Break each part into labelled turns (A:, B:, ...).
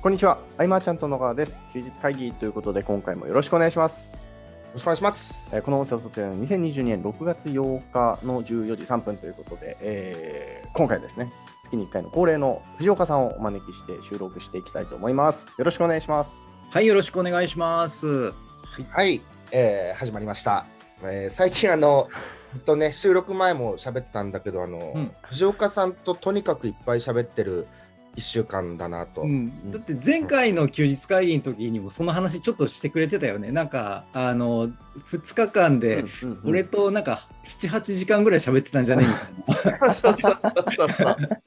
A: こんにちは、アイマーちゃんと野川です。休日会議ということで、今回もよろしくお願いします。
B: よろしくお願いします。
A: えーこの音声を撮っているのは2022年6月8日の14時3分ということで、えー今回はですね、月に1回の恒例の藤岡さんをお招きして収録していきたいと思います。よろしくお願いします。
C: はい、よろしくお願いします。
B: はい、えー始まりました。えー最近あのずっとね収録前も喋ってたんだけどあの、
C: うん
B: 藤岡さんととにかくいっぱい喋ってる一週間だなと。
C: うん、だって前回の休日会議の時にもその話ちょっとしてくれてたよね。なんかあの2日間で
A: うんうんうん
C: 俺となんか7、8時間ぐらい喋ってたんじゃないみたいな。
B: そうそうそうそう。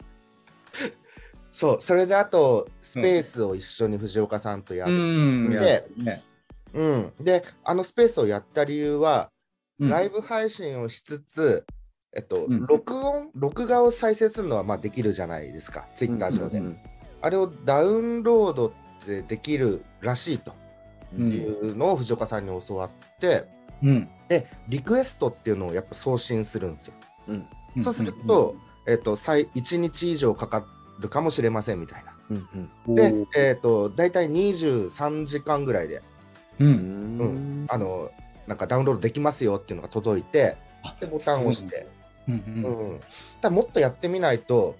B: そうそれであとスペースを一緒に藤岡さんとや
C: う
B: る。
C: ん、
B: で
C: いやね
B: うん、であのスペースをやった理由は、
C: うん
B: ライブ配信をしつつ。えっと、
C: うん
B: 録音録画を再生するのはまあできるじゃないですか、ツイッター上で。
A: うん
B: あれをダウンロードってできるらしいと
A: うんうん
B: いうのを藤岡さんに教わって、
C: うん
B: で、リクエストっていうのをやっぱ送信するんですよ。
A: うん
C: ん
B: そうすると、えっ、と、最1日以上かかるかもしれませんみたいな。
A: うんうん
C: うん
B: で、えっ、と、大体23時間ぐらいで、
C: う、
A: うんん
B: うんあの、なんかダウンロードできますよっていうのが届いて、で、ボタンを押して、
C: うん
B: う
C: うん
B: ん。ただもっとやってみないと、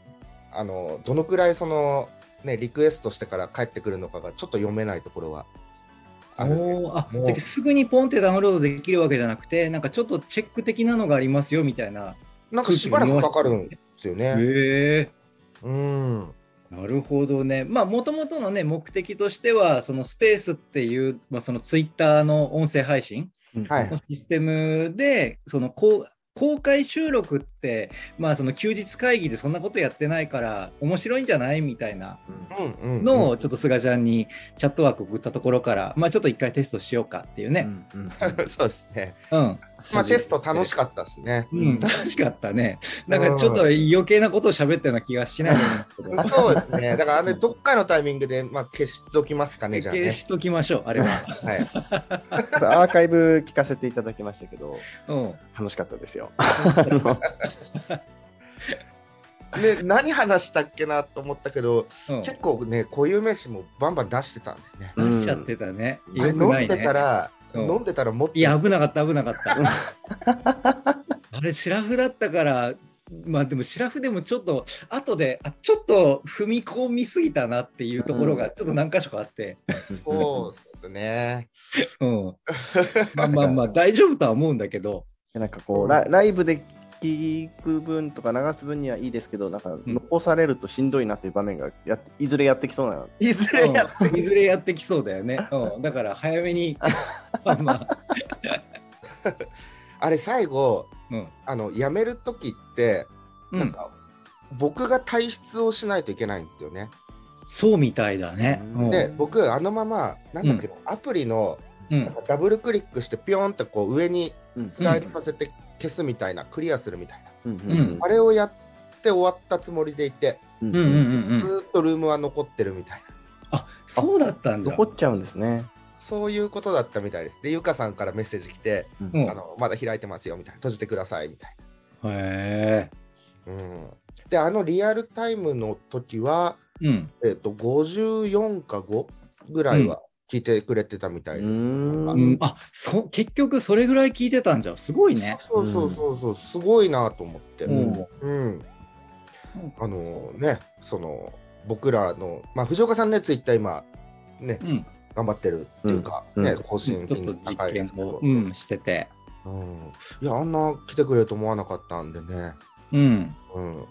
B: あの、どのくらいその、ね、リクエストしてから帰ってくるのかがちょっと読めないところはあるんで
C: おーあ
B: もう
C: じゃあすぐにポンってダウンロードできるわけじゃなくてなんかちょっとチェック的なのがありますよみたいな。
B: なんかしばらくかかるんですよ
C: へ
B: ね。
C: え
B: うん。
C: なるほどね。まあ、もともとのね、目的としては、そのスペースっていう、まあ、そのツイッターの音声配信
A: うん
B: は
C: の
B: い
C: システムで、その公公開収録って、まあ、その休日会議でそんなことやってないから、面白いんじゃないみたいな
B: うんうんうん
C: のを、ちょっと菅ちゃんにチャットワーク送ったところから、まあ、ちょっと一回テストしようかっていうね。
A: うんうん
B: そうです ね。
C: うん。
B: まあテスト楽しかったですね。
C: うん、楽しかったね。なんかちょっと余計なことを喋ったような気がしないでもないですけど。
B: そうですね。だからあれどっかのタイミングでまあ消しときますかねじゃあ
C: 消
B: ね。
C: しときましょう、あれは。
B: はい。
A: ただアーカイブ聞かせていただきましたけど、
C: うん。
A: 楽しかったですよ。あの
B: で何話したっけなと思ったけど、
C: うん
B: 結構ね固有名詞もバンバン出してたんだよね。
C: 出しちゃってたね。
B: あれ
C: よく
B: 飲
C: なんい
B: で
C: ね
B: た。ら
C: うん
B: 飲んでたらもっと
C: いや、危なかった、危なかった。 あれ、シラフだったから、まあでも、シラフでもちょっと、後で、あちょっと踏み込みすぎたなっていうとこ
A: う
C: ろが、ちょっと何箇所かあって、
B: そうですね。
C: うん。まあまあまあ、大丈夫とは思うんだけど、
A: でなんかこう、ラライブで聞く分とか流す分にはいいですけど、なんか
C: ん
A: 残されるとしんどいなっていう場面がやっいずれやってきそうな。
B: いずれや
C: うんいずれやってきそうだよね。うん。だから、早め に、まあまあ、
B: あれ最後
C: うん。
B: あの辞める時って
C: う
B: なん
C: ん、
B: か僕が退出をしないといけないんですよね。
C: そうみたいだね。
A: うん
C: うん
B: で僕あのままなんだっけ、アプリの
C: うん。
B: ダブルクリックしてピョンってこう上に
A: うん
B: スライドさせて消すみたいな、クリアするみたいな
A: うん
C: うん
B: あれをやって終わったつもりでいて
A: うん
C: うんうんうん
B: ず
C: うん。
B: ーっとルームは残ってるみたいな
C: あ、そうだったんだ。
A: 残っちゃうんですね。
B: そういうことだったみたいですでゆかさんからメッセージ来て、
C: うん
B: あのまだ開いてますよみたいな閉じてくださいみたい
C: へえ。
B: な、うん、であのリアルタイムの時は、
C: うん。
B: えっと54か5ぐらいは聞いてくれてたみたいです、
A: うん
B: なんか
C: うん、あそ結局それぐらい聞いてたんじゃんすごいね。
B: そうそうそうそう、すごいなと思って、
A: ん
C: うん
B: うん、あのね、その僕らの、まあ、藤岡さんね、ツイッター今、ね、
C: うん
B: 頑張ってるっていうか、
A: うん
B: ね、
A: うん
B: 更
C: ちょ
B: 新
C: っと
B: 頻度高いで
C: 実
B: すけ
C: 験を
B: ど、、
C: うん、してて。
B: うんいや、あんな来てくれると思わなかったんでね、
C: うん、
B: うん、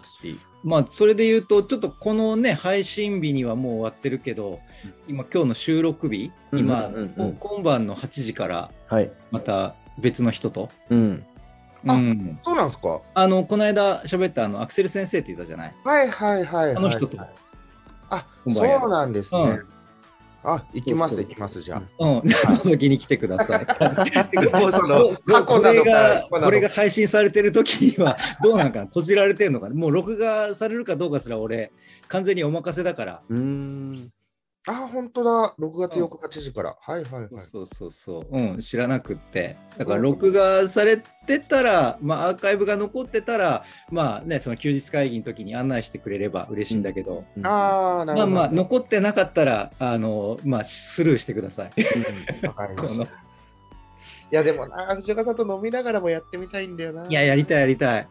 C: まあそれで言うとちょっとこのね配信日にはもう終わってるけど今今日の収録日今、
A: うんうんうんうん
C: こ今晩の8時から
A: はい。
C: また別の人と。
A: うん。
C: う
B: あ
C: ん、
B: そうなんですか、
C: あのこの間喋ったあのアクセル先生って言ったじゃない
B: はいはいはい、はい、
C: あの人と、
B: あ
C: こんばんや
B: そうなんですね。
C: うん
B: あ、行きます
A: そう
B: 行
A: そう
B: きますじゃ
C: うん、 覗きに来てくださ い。
B: もうその過去
C: こ
B: な
C: れ
B: の
C: が
B: か今なのか
C: これが配信されてる時にはどうなんかな閉じられてるのかなもう録画されるかどうかすら俺完全にお任せだから
A: うん。
B: あ、本当だ。6月
C: うん
B: 4日8時から。はいはいはい。
C: そうそうそう、うん、知らなくって、だから録画されてたら、まあ、アーカイブが残ってたら、まあね、その休日会議の時に案内してくれれば嬉しいんだけど、
B: ああ、なる
C: まあ
B: ほど。
C: まあ、残ってなかったら、あのまあ、スルーしてくださ い。
B: わかり
C: こ
B: ました
C: の
B: いや、でもな、藤岡さんと飲みながらもやってみたいんだよな。
C: いや、やりたい、やりたい。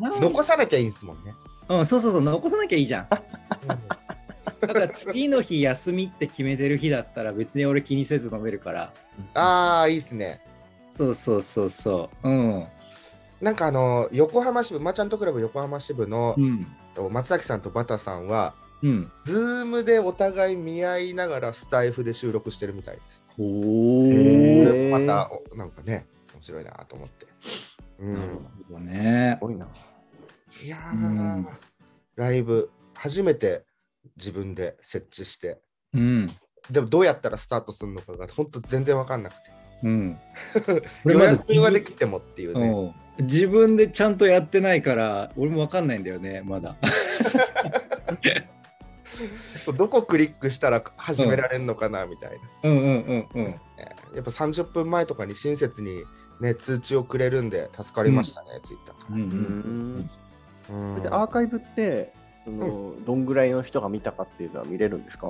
B: 残さなきゃいいんですもん ね。
C: うん、そうそうそう、残さなきゃいいじゃん。
B: う
C: だから次の日休みって決めてる日だったら、別に俺気にせず飲めるから。
B: んああ、いいっすね。
C: そうそうそうそう。うん。
B: なんかあの、横浜支部、マーチャントクラブ横浜支部の
C: うん。
B: 松崎さんとバタさんは、
C: うん。
B: ズームでお互い見合いながらスタイフで収録してるみたいです。
C: お
A: へ
C: ー。
A: ー
B: また、おなんかね、面白いなと思って。う
C: なる
B: ん、
C: ほどね。
A: ごいな。
B: いやー、
C: うん
B: ライブ、初めて自分で設置して、
C: うん。
B: でもどうやったらスタートするのかが、本当全然わかんなくて。
C: うん。
B: 予約はで
C: き
B: きてもっていうね。
C: うん自分でちゃんとやってないから、俺もわかんないんだよね、まだ。
B: そうどこクリックしたら始められるのかなみたいな、
C: うんうんうんうん。
B: やっぱ30分前とかに親切に、ね、通知をくれるんで助かりましたね、ツイッターか
C: う
B: ら
C: んう
A: うんん。
B: うん
A: で、アーカイブって、そのどんぐらいの人が見たかっていうのは見れるんですか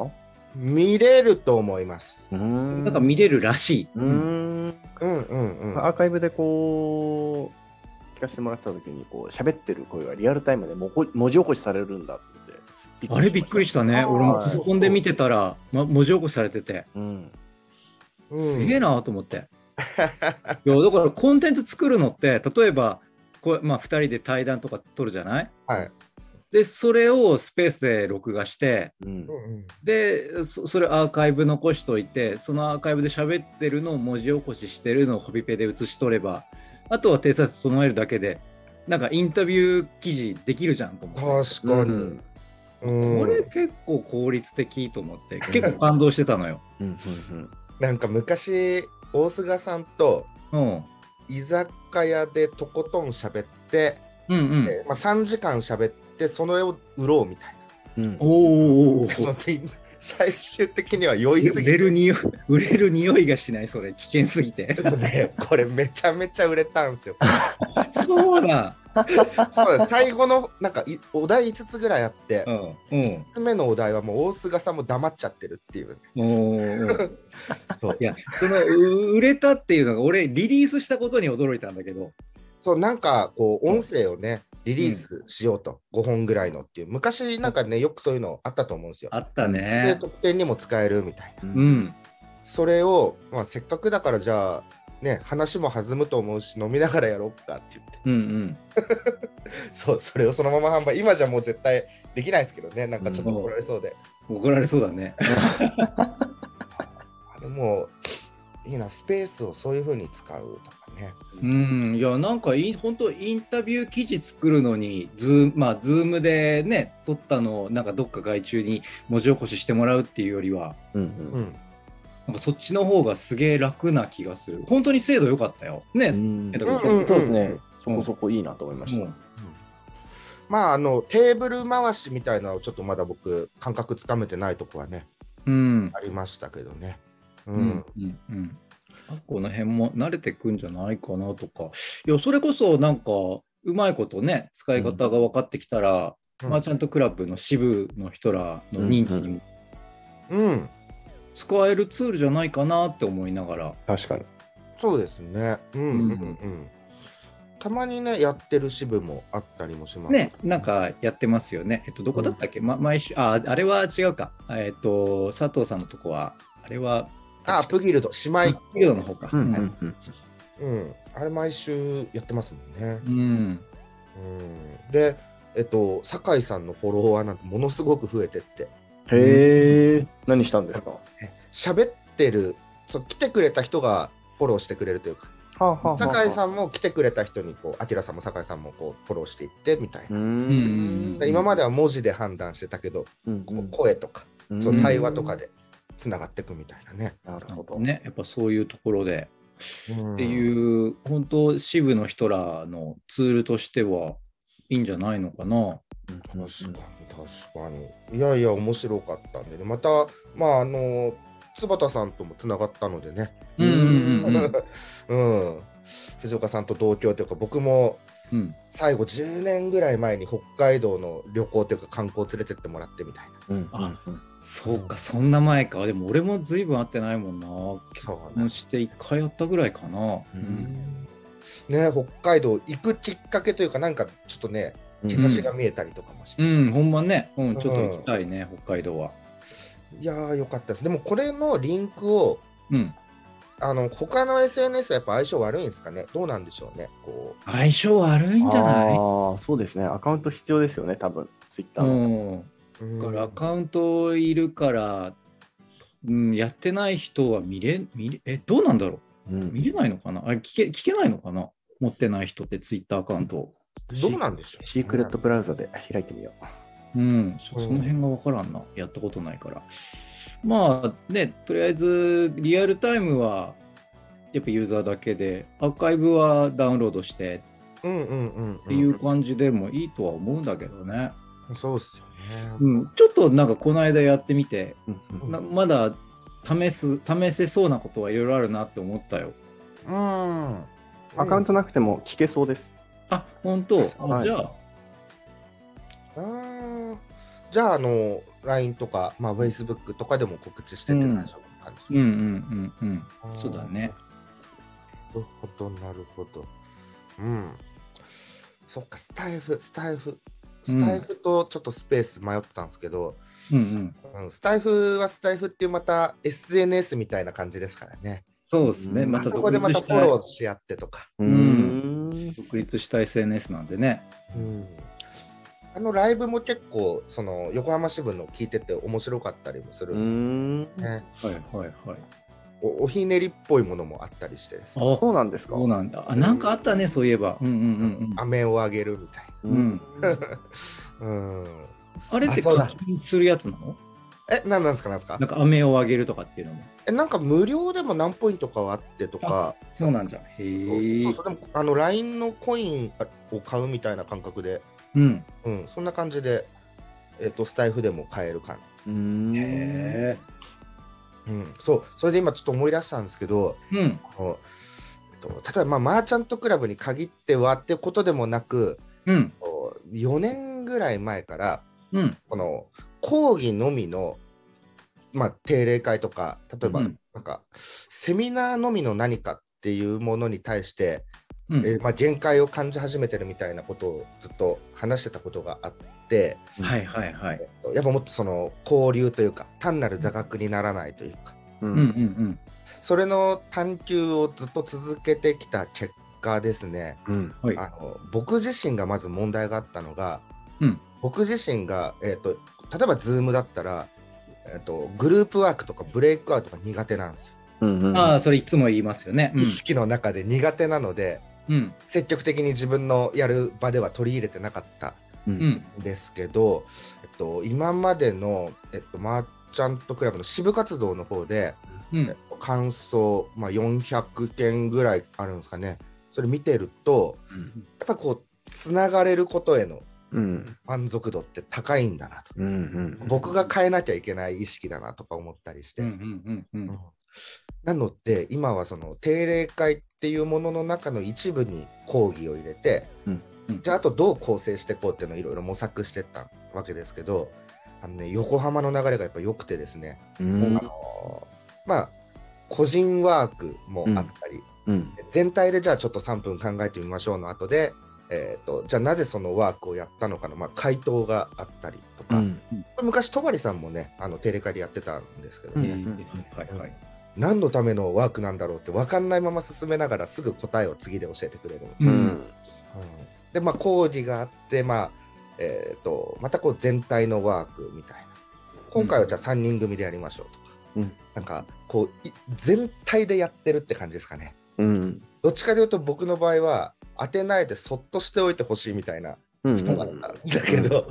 B: 見れると思います
A: うん
C: なんか見れるらしい。
A: うーん。
B: うんうんうん
A: アーカイブでこう、聞かせてもらってた時に、こう、喋ってる声がリアルタイムでもこ文字起こしされるんだって思って。
C: あれびっくりしたね。
B: あー
C: 俺もパソコンで見てたら、ま、文字起こしされてて、
A: うん。
B: うん
C: すげえなと思って。いやだからコンテンツ作るのって、例えば、こうまあ、2人で対談とか撮るじゃない
B: はい、
C: で、それをスペースで録画して、
A: うん
B: うんうん
C: でそそれアーカイブ残しといてそのアーカイブで喋ってるのを文字起こししてるのをコピペで写しとればあとは偵察整えるだけでなんかインタビュー記事できるじゃんと思って
B: 確かに、
A: うん
B: うん
C: これ結構効率的と思って結構感動してたのよ。
A: うん
B: なんか昔大菅さんと
C: うん、
B: 居酒屋でとことん喋って、
C: うんうん
B: えーまあ、3時間喋ってそれを売ろうみたいな
A: うんうん
C: おーおーおーおー
B: みんな最終的には酔いす
C: 売
B: ぎて
C: れる匂い売れる匂いがしないそれ危険す ぎて
B: ねこれめちゃめちゃ売れたん ですよ。
C: そうだ
B: そうです最後のなんかいお題5つぐらいあって、
C: う
B: 5
C: んうん
B: つ目のお題はもう大菅さんも黙っちゃってるっていう。
C: おーおー
B: そう
C: いやそのう売れたっていうのが俺リリースしたことに驚いたんだけど
B: そうなんかこう音声をねリリースしようと、5本ぐらいのっていう昔なんかねよくそういうのあったと思うんですよ。
C: あった
B: で
C: ね
B: 得点にも使えるみたいな。
A: う
C: うんん
B: それを、まあ、せっかくだからじゃあね話も弾むと思うし飲みながらやろうかって言って
C: うんうん
B: そうそれをそのまま販売今じゃもう絶対できないですけどねなんかちょっと怒られそうで。
C: 怒られそうだね
B: あでもいいなスペースをそういうふうに使うとかね
C: うんいやなんかい本当インタビュー記事作るのにズームまあズームでね撮ったのをなんかどっか外注に文字起こししてもらうっていうよりは
A: うん
B: ん
C: なんかそっちの方がすげえ楽な気がする本当に精度良かったよね、
A: うん
C: えっと
A: そうそうです
B: うんうん
A: ね
B: うん。
A: そこそこいいなと思いまし
C: も
A: た。
C: う
B: まああのテーブル回しみたいなのはちょっとまだ僕感覚つかめてないとこはね
C: うん
B: ありましたけどねうん、
C: うんうんうん、この辺も慣れてくんじゃないかなとかいやそれこそなんかうまいことね使い方が分かってきたら、
B: うん
C: マーチャントクラブの支部の人らの認知にも
B: うん
C: 使えるツールじゃないかなって思いながら、
A: 確かに。
B: そうですねうんうんうん、
C: う
B: たまにねやってる支部もあったりもします
C: ねなんかやってますよねえっとどこだったっけ、ま、毎週ああれは違うかえっと佐藤さんのとこはあれは
B: あプギルド姉妹
C: ピリオドの方か、
A: うん
C: はい
A: うん
B: うんあれ毎週やってますもんね
C: う
B: う
C: ん
B: んでえっと酒井さんのフォロワーなんてものすごく増えてって
A: へえ。何したんですかは
B: 喋ってるそう来てくれた人がフォローしてくれるというか
A: あはあはあ
B: 酒井さんも来てくれた人にこう明さんも酒井さんもこうフォローしていってみたいうな、
A: ん
B: で今までは文字で判断してたけど、
A: うん
B: こう声とか、
A: うん
B: そう対話とかでつながっていくみたいなね、
A: なる
C: な
A: ほ
C: んか
A: ど。
C: ねやっぱそういうところで
B: っ
C: ってて
B: いう
C: いう、本当支部の人らのツールとしてはいいんじゃないのかな。
A: うんうん
B: 確かに確確かに。いやいや、面白かったんでね。また、まあ、あの、坪田さんともつながったのでね。
C: うんうんう
B: う
C: ん
B: ん。藤岡さんと同居というか、僕も
C: うん。
B: 最後10年ぐらい前に北海道の旅行というか観光連れてってもらってみたいな。
A: うん
C: あそうか、そんな前か。でも俺も随分会ってないもんな。
B: そう
C: もうして1回会ったぐらいかな。うん
B: ね、北海道行くきっかけというか、なんかちょっとね、
A: うん
B: 日差しが見えたりとかもして、
C: うん、ほんまね。うん、ちょっと行きたいね、北海道は。
B: いやー、よかったです。でも、これのリンクを、
C: うん。
B: あの他の SNS はやっぱ相性悪いんですかね、どうなんでしょうね、こ
C: 相性悪いんじゃ
A: あ
C: ない
A: ーそうですね。アカウント必要ですよね、多分ツイッター
C: う
A: の。
C: ん。
B: う。
C: だからアカウントいるから、うん、やってない人は見れ、見れ、え、どうなんだろ
A: う
C: うん見れないのかなあ聞け、聞けないのかな持ってない人ってツイッターアカウントを。
B: どうなんでしょう、
A: シークレットブラウザで開いてみよ
C: うん、そ
B: うん
C: その辺が分からんな。やったことないから。まあね、とりあえずリアルタイムはやっぱユーザーだけで、アーカイブはダウンロードして
B: うんうんうん、
C: っていう感じでもいいとは思うんだけどね。
B: そうっすよね。
C: うん、ちょっとなんかこの間やってみて、
A: う。うんうん
C: なまだ試す試せそうなことはいろいろあるなって思ったよ。
B: うん。
A: アカウントなくても聞けそうです。
C: あ本当、
A: はい
C: あじゃあ、
B: あーじゃあ、あの、LINE とか、まあ、Facebook とかでも告知してって大丈夫な感
C: う
B: じ、
C: んうんうんうん、そうだね。
B: なるほど、なるほど。うん。そっか、スタイフ、スタイフ、スタイフとちょっとスペース迷ってたんですけど、
C: うんうん、
B: うんスタイフはスタイフっていうまた SNS みたいな感じですからね。
C: そうですね、
A: うん
C: ま
B: あ
C: た
B: そ
C: 独
B: こでま
C: 立
B: た
C: し
B: フォ
C: た
B: ローし合ってとか。
A: うんん
C: 独立した SNS なんでね。
B: うんあのライブも結構その横浜支部の聞いてて面白かったりもする
A: うんん
B: で、ね
C: はいはいはい。
B: お。おひねりっぽいものもあったりしてですね、
C: あ
A: そうなんですか
C: そうなんだ。あなんかあったね、そういえば。うんうんうんうん。
B: 飴をあげるみたい
C: うん
B: な。うん、
C: あれって
B: あそうだ
C: 課金するやつなの
B: え、なんなんですかなんですか
C: なんか飴をあげるとかっていうのも。
B: えなんか無料でも何ポイントかはあってとか、
C: そうなんじゃ。へ
B: そう
C: え
B: そう。でもあの LINE のコインを買うみたいな感覚で、
C: うん。
B: うん、そんな感じで、えっとスタイフでも買える感じ。
A: うん
C: へえ。
B: うん、そうそれで今ちょっと思い出したんですけど
C: うん。
B: あのえっと例えばまあマーチャントクラブに限ってはってことでもなく
C: うん。
B: こう4年ぐらい前から
C: うん。
B: この講義のみの、まあ、定例会とか例えば
C: うん
B: なんか、セミナーのみの何かっていうものに対して、
C: うん
B: えーまあ、限界を感じ始めてるみたいなことをずっと話してたことがあって
C: はいはいはい。
B: やっぱもっとその交流というか単なる座学にならないというか。
A: う
C: うんうんうん。
B: それの探求をずっと続けてきた結果ですね、
A: うん
C: はい。
B: あの僕自身がまず問題があったのが、
C: うん
B: 僕自身が、えー、と例えば Zoom だったら、えーと、グループワークとかブレイクアウトが苦手なんですよ。
A: うんうん
C: ああ、それいつも言いますよね。
B: 意識の中で苦手なので、
C: うん。
B: 積極的に自分のやる場では取り入れてなかった
A: う
C: うん。うんん。
B: んですけど、えっと、今までの、えっと、マーチャントクラブの支部活動の方で、
C: うん。
B: 感想、まあ、400件ぐらいあるんですかねそれ見てるとやっぱこうつながれることへの
A: うん
B: 満足度って高いんだなと
A: うんうん
B: 僕が変えなきゃいけない意識だなとか思ったりして、
C: うんうんうん
B: うんなので今はその定例会っていうものの中の一部に講義を入れて、
A: うん
C: うん
B: じゃああとどう構成していこうっていうのをいろいろ模索してったわけですけどあの、ね、横浜の流れがやっぱ良くてですね、
A: うん
B: あのーまあ個人ワークもあったり、
A: うん
B: 全体でじゃあちょっと3分考えてみましょうの後で、えー、とじゃあなぜそのワークをやったのかの、まあ、回答があったりとか、
A: う
B: こ
A: ん
B: れ昔戸張さんもねあの定例会でやってたんですけど
C: うん。
B: ね、
C: はいはいはい。
B: 何のためのワークなんだろうって分かんないまま進めながらすぐ答えを次で教えてくれる、
C: う。
A: うんん
B: でまあ講義があって、まあえー、とまたこう全体のワークみたいな今回はじゃあ3人組でやりましょうとか、
A: うん
B: なんかこうい全体でやってるって感じですかね。
A: うん
B: どっちかというと僕の場合は当てないでそっとしておいてほしいみたいな
A: うん
B: 人だったんだけど、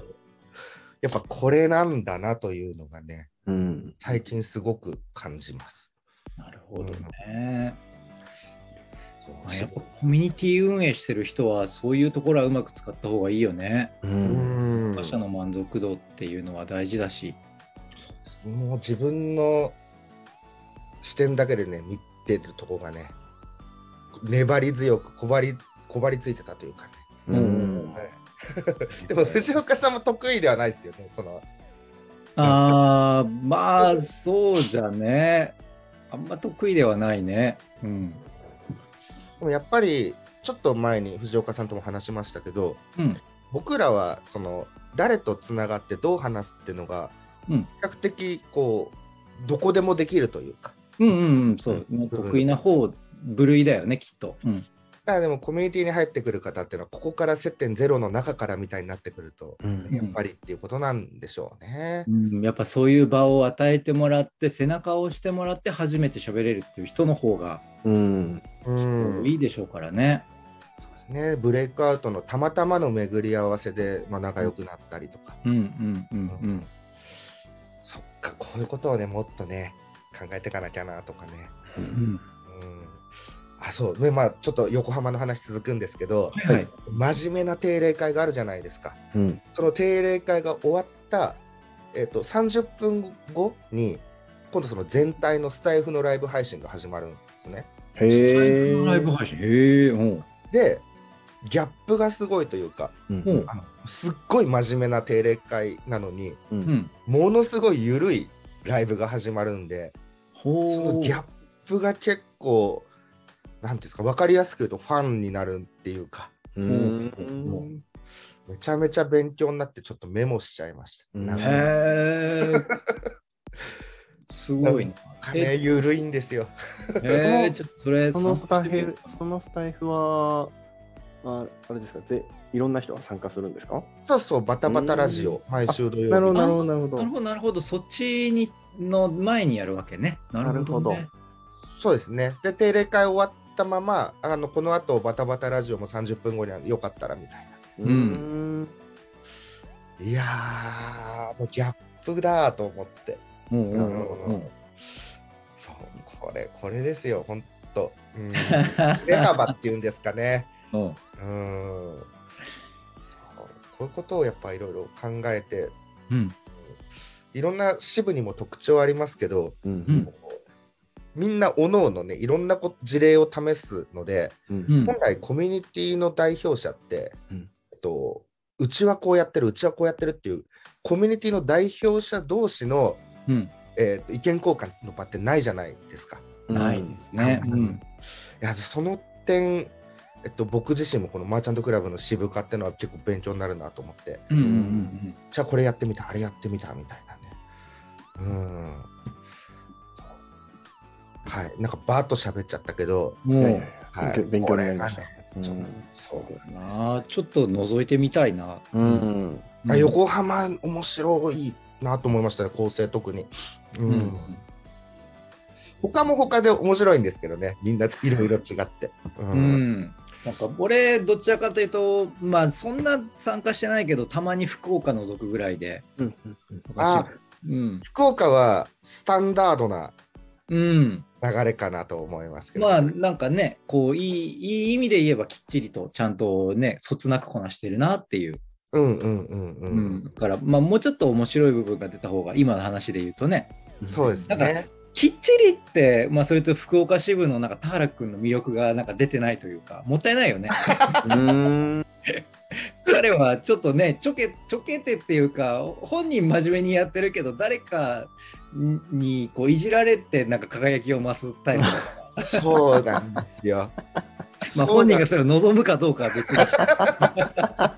B: やっぱこれなんだなというのがね
A: うん
B: 最近すごく感じます。
C: なるほどね。
B: そう
C: あやっぱコミュニティ運営してる人はそういうところはうまく使った方がいいよね。
A: う
B: うんんうん
C: 他者の満足度っていうのは大事だし、
B: もう自分の視点だけでね見てるとこがね粘り強くこばりこばりついてたというかね、
A: うん
C: うん
B: はいでも藤岡さんも得意ではないですよねその
C: ああまあそうじゃねあんま得意ではないねうん
B: でもやっぱりちょっと前に藤岡さんとも話しましたけど
C: うん
B: 僕らはその誰とつながってどう話すっていうのが
C: うん
B: 比較的こうどこでもできるというか
C: うんうんうんそう、ね、得意な方部類だよねきっと、うん、
B: だからでもコミュニティに入ってくる方っていうのはここから接点ゼロの中からみたいになってくると
A: うん
B: やっぱりっていうことなんでしょうね。
C: うんやっぱそういう場を与えてもらって背中を押してもらって初めて喋れるっていう人の方が
A: うん
B: うん
C: いいでしょうからね。
B: そうですねブレイクアウトのたまたまの巡り合わせで、まあ、仲良くなったりとか、
C: うんうんうんうん。
B: そっかこういうことをねもっとね考えていかなきゃなとかね。
C: うん
B: うんあそうねまあ、ちょっと横浜の話続くんですけど、
C: はいはい。
B: 真面目な定例会があるじゃないですか
A: うん
B: その定例会が終わった、えっと30分後に今度その全体のスタイフのライブ配信が始まるんですね
A: へえ
C: ライブ配信。へえ。おう
B: でギャップがすごいというか
A: うん
C: おう
B: すっごい真面目な定例会なのに
A: う
C: うんん。
B: ものすごい緩いライブが始まるんでその
C: ほ
B: ギャップが結構なんていうんですか分かりやすく言うとファンになるっていうか
A: う
B: も
A: ん
B: うめちゃめちゃ勉強になってちょっとメモしちゃいました。
A: うん
B: なん
C: う。
B: か
C: へえ。すごいね。
B: 金ゆるいんですよ。
C: へえ。ちょっとそれ
A: そのスタイ
C: 参加してみよ
A: フそのスタイフはああれですかぜいろんな人が参加するんですか
B: そうそう、バタバタラジオ、毎週土曜日。
A: なるほどなるほどなるほ
C: う
A: ど
C: なるほどなるほど。そっちにの前にやるわけね。なるほどね。
B: そうですね。で、定例会終わったまま、あのこの後バタバタラジオも30分後にはよかったらみたい
A: うんん
B: な。いやー、もうギャップだーと思って。
C: おうおう
A: なるほ
C: おうおう。
B: そう、これ、これですよ、ほんと。うん。 振れ幅っていうんですかね。
C: おう
B: うん。そう、こういうことをやっぱいろいろ考えて、
C: うん。
B: いろんな支部にも特徴ありますけど、
A: う
C: うんん
B: みんな各々ね、いろんなこ事例を試すので、
A: うん
C: うん
B: 本来コミュニティの代表者って、
A: うん
B: えっと、うちはこうやってる、うちはこうやってるっていう、コミュニティの代表者同士の、
C: うん。
B: えーと意見交換の場ってないじゃないですか。
C: ないね。うん。
B: いやその点、えっと、僕自身もこのマーチャントクラブの支部化ってのは結構勉強になるなと思って、
C: うんうんうん
B: じゃあこれやってみた、あれやってみたみたいなね。うーん。そうはい、なんかバーッと喋っちゃったけど、
C: うん。もう。
B: はい、
A: 勉強
B: こ
A: にな
B: れ
A: り
B: が
A: ました
B: ね、ちょっとそう
C: ああ、ちょっと覗いてみたいな。
A: うんうん
B: あ横浜面白いなと思いましたね構成特に、うん
C: うん。
B: 他も他で面白いんですけどねみんないろいろ違って、うん
C: うん。なんか俺、どちらかというと、まあそんな参加してないけど、たまに福岡覗くぐらいで。
A: うん
B: あ
C: うん。
B: 福岡はスタンダードな
C: うん。
B: 流れかなと思いますけど、
C: まあなんかね、こういい、いい意味で言えばきっちりと、ちゃんとね、そつなくこなしてるなっていう。
B: うんうんうんう、
C: うんん。だから、まあもうちょっと面白い部分が出た方が、今の話で言うとね、
B: そうです
C: なん
B: ね
C: きっちりって、まあそれと福岡支部のなんか田原君の魅力がなんか出てないというか、もったいない よね。
A: うん
C: 彼はちょっとねちょけちょけてっていうか本人真面目にやってるけど誰かにこういじられてなんか輝きを増すタイプだから
B: そうなんですよ
C: まあ
B: そう
C: 本
B: な
C: 人
B: ん
C: がそれを望むかどうかは別にして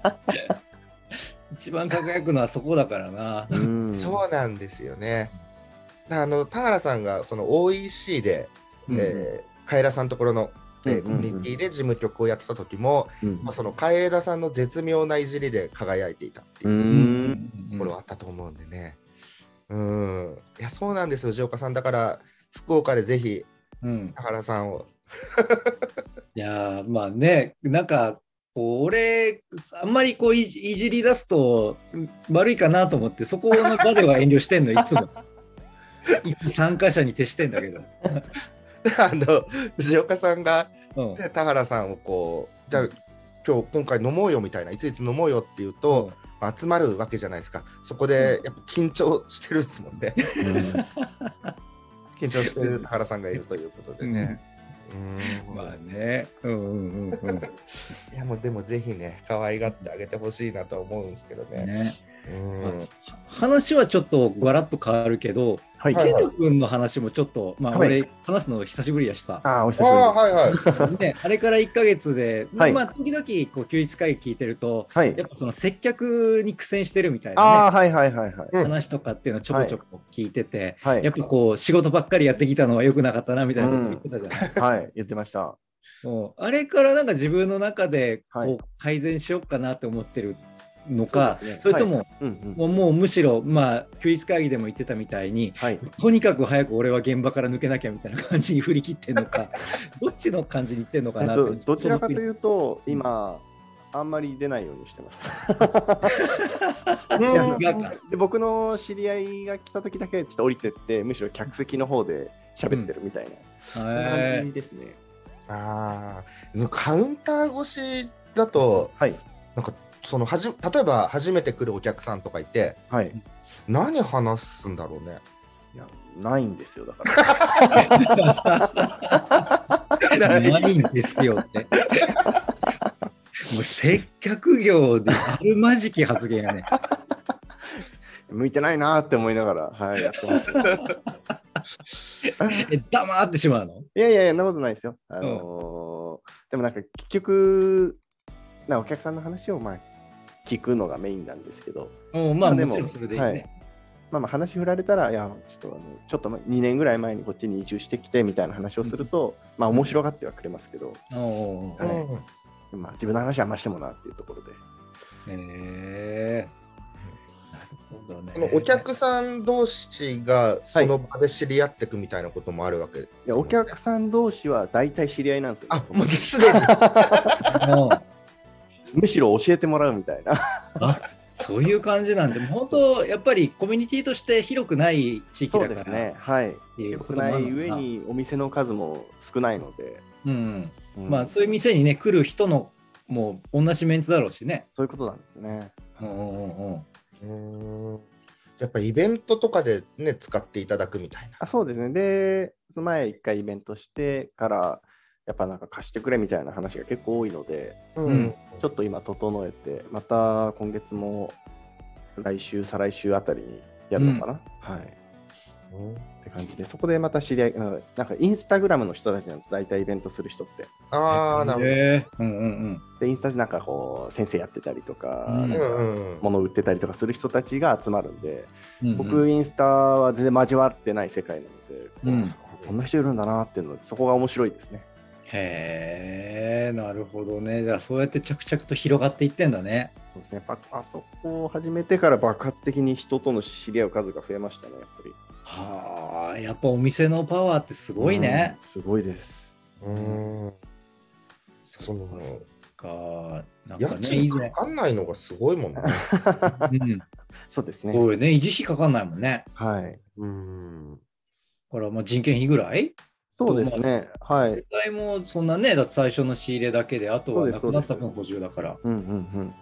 C: 一番輝くのはそこだからな
A: うん
B: そうなんですよねあの田原さんがその OEC で、
C: うん
B: えーカエラさんところの、えー
A: うんうんうん
B: コミュニティで事務局をやってた時も、
A: うん
B: まあ、その海江田さんの絶妙ないじりで輝いていたって
A: う
B: いう
A: ーん
B: ところはあったと思うんでね。うん、いや、そうなんですよ、藤岡さん。だから、福岡でぜひ、
C: うん
B: 田原さんを。
C: いやーまあねなんかこう俺あんまりこういじいじり出すとうん悪いかなと思ってそこの場では遠慮してんのい つも一参加者に徹してんだけど、
B: あの、藤岡さんが、
C: うん、
B: で田原さんをこう、じゃあ、今日、今回飲もうよみたいな、いついつ飲もうよって言うと、まあ集まるわけじゃないですか。そこでやっぱ緊張してるんですもんね。 緊張してる原さんがいるということでね。うん
C: まあね。うんうんうんうん。
B: いやもうでもぜひね可愛がってあげてほしいなとは思うんですけどね。
C: ね
B: うん
C: まあ話はちょっとガラッと変わるけど、
A: はい。
B: は
C: ケ
B: い
C: ント君の話もちょっと、まあ、
A: はい
C: 俺、話すの久しぶりやした。
A: ああ、お久し
B: あ
A: ぶり
B: あ
A: で
B: はいはい。
C: ね、あれから1ヶ月で、
A: はい
C: まあ、時々、こう、休日会議聞いてると、
A: す。はい
C: や。っぱその接客に苦戦してるみたい
A: あ
C: な
A: あ、
C: ね、
A: はいはいはいはい。
B: うん
C: 話とかっていうのをちょこちょこ聞いてて、
A: はい
C: やっ。ぱこう、仕事ばっかりやってきたのは良くなかったな、みたいなこと言ってたじゃない、
A: はい。言ってました。
C: もうあれからなんか自分の中で、
A: は
C: こ、
A: いう
C: 改善しようかなって思ってるのか、
A: そうですね
C: それとも、
A: うんうん。
C: もうもうむしろ、まあ、休日会議でも言ってたみたいに、
A: はい。
C: とにかく早く俺は現場から抜けなきゃみたいな感じに振り切ってん のか、どっちの感じにいってんのか
A: え
C: な
A: っ
C: っ
A: と
C: て。
A: どちらかと
C: う
A: いうと、今、あんまり出ないようにしてます。
B: うん
C: 違うか
A: で僕の知り合いが来た時だけちょっと降りてって、むしろ客席の方で喋ってるみたいな感じですね。
B: ああ、カウンター越しだと、
A: はい。
B: なんかそのはじ例えば初めて来るお客さんとかいて、
A: はい。
B: 何話すんだろうね。
A: いや、ないんですよ、だ から。
C: ないんですよ って。もう接客業であるまじき発言やね。
A: 向いてないなーって思いながら、はい、やってます。
C: え黙ってしまうの
A: いやいやいや、そんなことないですよ。あのーでもなんか結局、なお客さんの話をまあ聞くのがメインなんですけど、
C: うん、まあ、
A: まあで
C: も
A: も
C: ちろんそれでいいね。
A: まあまあ話振られたら、いや、ちょっとあのちょっと2年ぐらい前にこっちに移住してきてみたいな話をすると、まあ面白がってはくれますけど、
C: おうおうおう
A: はい
B: うん
A: まあ自分の話はあんましてもなっていうところで。
C: へえなるほどね
B: あのお客さん同士がその場で知り合っていくみたいなこともあるわけ、い
A: いや、お客さん同士は大体知り合いなんですよ。
B: あもうすでに
C: うん
A: むしろ教えてもらうみたいな。
C: そういう感じなんで、もう本当、やっぱりコミュニティとして広くない地 域
A: そう
C: だ
A: で
C: か
A: す
C: ら、
A: ね。はい。
C: ていうこと
A: 少
C: もあ
A: な
C: るの
A: い
C: かな
A: 上にお店の数も少ないので、
C: うん
A: うん
C: まあ、そういう店にね、来る人のもう同じメンツだろうしね。
A: そういうことなんですね。
B: うんやっぱイベントとかでね使っていただくみたいな
A: あそうですね。で、その前一回イベントしてから、やっぱなんか貸してくれみたいな話が結構多いので、
B: うん
A: ちょっと今整えて、また今月も来週、再来週あたりにやるのかな、はい。
B: うん
A: って感じで、そこでまた知り合い、なのでなんかインスタグラムの人たちなんです、大体イベントする人って。
B: ああなる
C: へえうんうん
A: で、インスタでなんかこう、先生やってたりとか、
C: うん
A: なん
B: ほど、
A: か
B: うんうん、
A: 物売ってたりとかする人たちが集まるんで、
C: うん。
A: 僕、インスタは全然交わってない世界なので、こう
C: うん
A: こんな人いるんだなっていうので、そこが面白いですね。
C: へえ、なるほどね。じゃあ、そうやって着々と広がっていってんだね。
A: そうですね、ばあそこを始めてから爆発的に人との知り合う数が増えましたね、やっぱり。す
C: はあ、やっぱお店のパワーってすごいね。。
A: すごいです。
B: うんその
C: っか。なん
B: 家
C: かね、以
B: 賃か
C: 前。
B: かんないのがすごいもんね。
C: うん。
A: そうですね。
C: これね、維持費かかんないもんね。
A: はい。
B: うん
C: これはまあ人件費ぐらい
A: そうですね。はい。
C: 絶対もうそんなね、だって最初の仕入れだけで、あとはなくなった分補充だから。
A: うんうん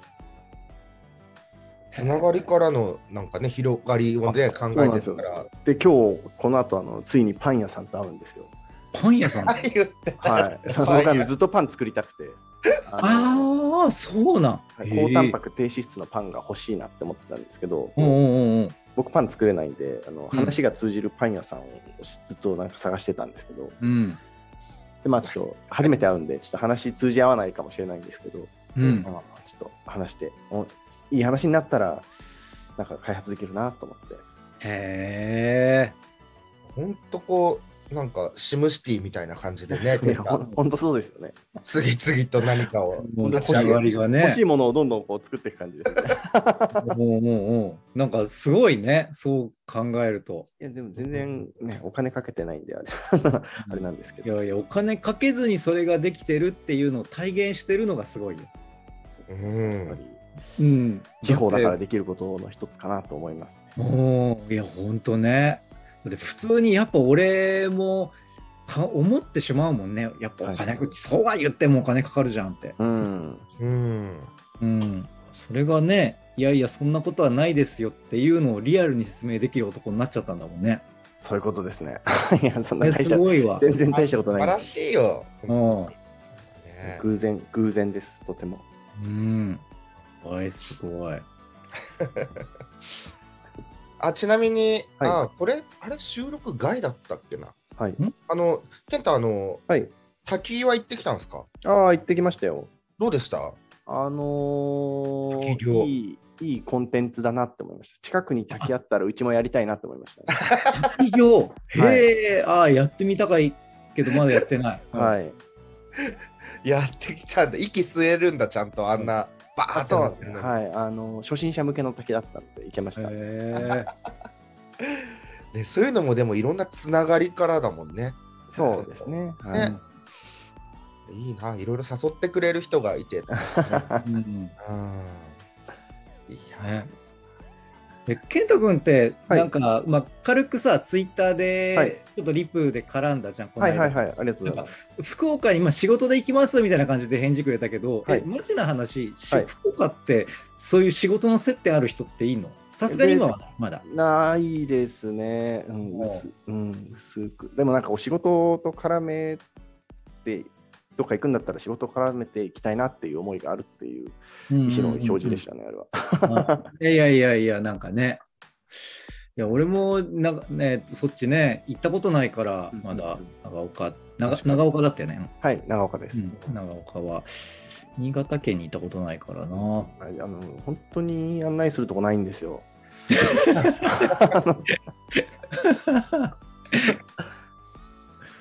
B: つながりからのなんかね広がりをね考
A: うん。
B: えてるから。
A: そうなんですよで、今日、この後、あの、ついにパン屋さんと会うんです よ。
C: パン屋さんだ。
B: 言って
A: はい。その間、ずっとパン作りたくて。の
C: ああ、そうなん。
A: はい高タンパク低脂質のパンが欲しいなって思ってたんですけど、
C: へえうんうんうんうん。
A: 僕パン作れないんであの
C: うん
A: 話が通じるパン屋さんをずっとなんか探してたんですけど、
C: うん。
A: でまあちょっと初めて会うんでちょっと話通じ合わないかもしれないんですけど、
C: うん
A: まあ、まあまあちょっと話しておいい話になったらなんか開発できるなと思って
C: へえ。
B: ほんとこうなんかシムシティみたいな感じでね
A: いやほんほんとそうですよね
B: 次々と何かを。
C: もう
A: 欲しい
C: 仕上がりがね。
A: 欲しいものをどんどんこう作っていく感じですね
C: もうもうなんかすごいね、そう考えると。
A: いやでも全然ねお金かけてないんであれ あれなんですけ
C: い
A: ど
C: やいや、お金かけずにそれができてるっていうのを体現してるのがすごいよ。
B: う
A: やっぱ
B: ん
A: り
C: うん。
A: 地方だから
C: って。
A: できることの一つかなと思います
C: おーいや、ほんとね。だって普通にやっぱ俺もか思ってしまうもんね。やっぱお金、
A: はい
C: そうは言ってもお金かかるじゃんって。
A: うん
B: うん
C: うん。それがね、いやいや、そんなことはないですよっていうのをリアルに説明できる男になっちゃったんだもんね。
A: そういうことですね。 いや、そんな
C: え
A: 大し
C: す
A: た、
C: ごいわ。
A: 全然大したこと
B: 素
A: ない
B: 晴らしいよ。
C: うん。
B: ね
A: 偶然、偶然です、とても。
C: うん。おい、すごい。
B: あちなみに、
A: はい
B: あこれ、あれ、収録外だったっけな。
A: はい。
B: あの、健太、あの、
A: はい。
B: 滝は行ってきたんですか
A: ああ、行ってきましたよ。
B: どうでした
A: あの
B: 滝行
A: ー、いい、いいコンテンツだなって思いました。近くに滝あったら、うちもやりたいなって思いました、ね。
C: 企 業、へえ、ああ、やってみたかいけど、まだやってない。
A: はい。
B: やってきたんだ。息吸えるんだ、ちゃんと。あんな、バー
A: あ、
B: って
A: そうな
B: な
A: ん
B: っ
A: で
B: て
A: す
B: る
A: ね。はい。
B: のに
A: あのー、初心者向けの滝だったんで、行けまし
C: へ
A: た。
C: え。
B: ねそういうのも、でも、いろんなつながりからだもんね。
A: そうですね。はい。
B: ねいいな、いろいろ誘ってくれる人がいて。
C: うん
B: うんいや、
C: ねで健太君って、
A: はい
C: なんか、まあ、軽くさ、ツイッター
A: はい
C: で、ちょっとリプで絡んだじゃん、この
A: はい
C: 間
A: はいはい。ありがとうございます。
C: 福岡に今仕事で行きますみたいな感じで返事くれたけど、
A: はい
C: えマジな話、し
A: はい
C: 福岡ってそういう仕事の接点ある人っていいのさすがに今はまだ。
A: ないですね。うん、
C: おう
A: 薄,、うん、薄く。でもなんかお仕事と絡めて、どっか行くんだったら仕事絡めていきたいなっていう思いがあるっていう意思の表示でしたね、あれは。
C: あいやいやいやいや、なんかね。いや俺もなんか、ね、そっちね、行ったことないから
A: うん、
C: まだ長岡、
A: 確
C: 長
A: かに
C: 長岡だったよね、
A: はい、長岡です。
C: うん長岡は。新潟県に行ったことないからな。
A: はいあの本当に案内するとこないんです よ。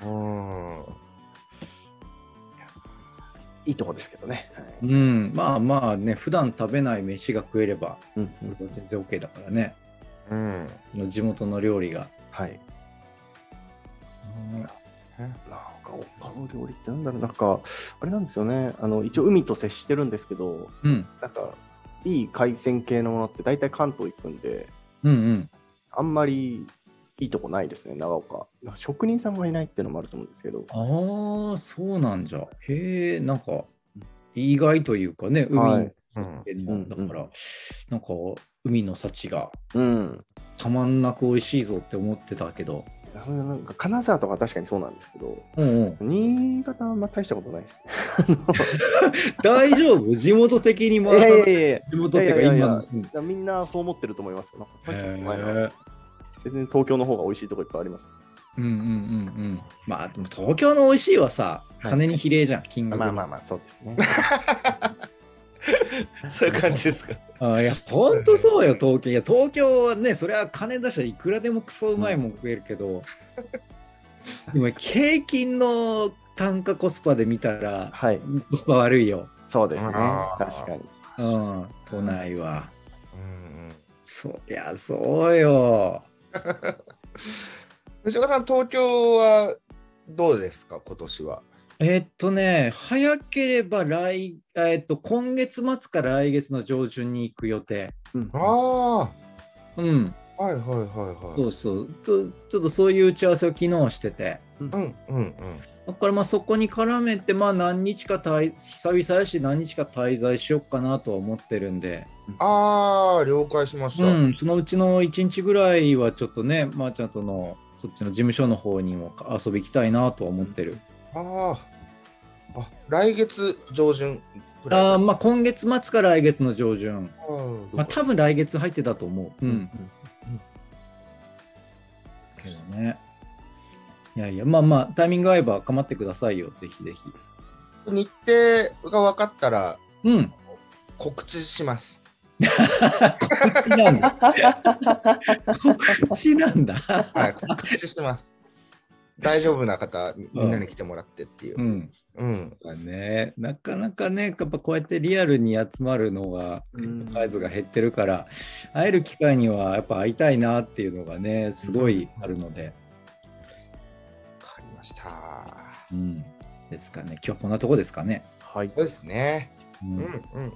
B: うん。
A: いいとこですけどね。はい
C: うん、まあまあね、普段食べない飯が食えれば、
A: うんうん
C: 全然 OK だからね、
B: うん。
C: 地元の料理が。
A: はい、
C: うん
A: なんか岡の料理ってなんだろう、なんか、あれなんですよね、あの一応海と接してるんですけど、
C: うん、
A: なんか、いい海鮮系のものって大体関東行くんで、
C: うん、
A: あんまりいいとこないですね、長岡。なんか職人さんがいないっていうのもあると思うんですけど、
C: うん。ああ、そうなんじゃ。へえ、なんか、意外というかね、海、
A: はい
B: うん
C: でも
A: うん
C: だから、なんか、海の幸が
A: うん。
C: たまんなく美味しいぞって思ってたけど、
A: なんか金沢とか確かにそうなんですけど、
C: うんうん、
A: 新潟はあんま大したことないですね。
C: 大丈 夫、地元的に
A: い
C: 回さ
A: や
C: ない
A: やいや
C: い
A: いや
C: 地元っていうか、
A: いやいやいや
C: 今の住んで。
A: いやみんなそう思ってると思いますよ。なんか大したことないな
C: へえ
A: 全然東京の方が美味しいとこいっぱいあります。
C: うんうんうんうん。まあ、でも東京の美味しいはさ、
A: はい
C: 金に比例じゃん、金額に。
A: まあ、そうですね。
B: そういう感じですか。
C: あいや、ほんとそうよ、東京。いや、東京はね、それは金出したらいくらでもクソうまいもん食えるけど、でも、平均の単価コスパで見たら、
A: はい、
C: コスパ悪いよ。
A: そうですね。
B: あー
A: 確かに。
C: うん、都内は。
B: うんうん
C: そりゃそうよ。
B: 藤岡さん、東京はどうですか、今年は。
C: えっとね、早ければ来、えっと、今月末から来月の上旬に行く予定。
A: うん
B: ああ、は
C: うん、
B: いはいはいはい。
C: そうそう。とちょっとそういう打ち合わせを昨日してて。
B: うんうんうん。
C: だからまあそこに絡めて、まあ何日か滞、久々やし何日か滞在しよっかなとは思ってるんで、
B: ああ、了解しました。
C: うん、そのうちの1日ぐらいはちょっとね、まー、ちゃんとの、そっちの事務所の方にも遊び行きたいなとは思ってる。
B: ああ、あ来月上旬くらい。
C: あーまあ今月末から来月の上旬。
B: あー
C: まあ多分来月入ってたと思う。う
A: うん
C: ん。けどね。いやいや、まあまあ、タイミング合えば構ってくださいよ、ぜひぜひ。
B: 日程が分かったら
C: うん。
B: 告知します。
C: 告知なんだ。 告知なんだ。
B: はい、告知します。大丈夫な方、みんなに来てもらってっていうう。
C: ん。
B: うん。
C: まあね、なかなかね、やっぱこうやってリアルに集まるのが、
A: うん
C: サイズが減ってるから、会える機会にはやっぱ会いたいなっていうのがね、すごいあるので、
B: わかりました。
C: うん、ですかね、今日はこんなとこですかね。
A: はい、
B: そうですね。
C: う
B: うんんうん。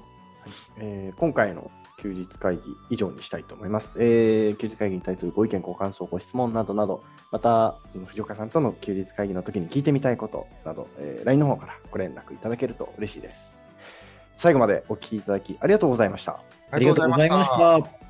A: えー今回の休日会議以上にしたいと思います、えー休日会議に対するご意見、ご感想、ご質問などなど、また、うん藤岡さんとの休日会議の時に聞いてみたいことなど、えー LINE の方からご連絡いただけると嬉しいです。最後までお聞きいただきありがとうございました。
C: ありがとうございました。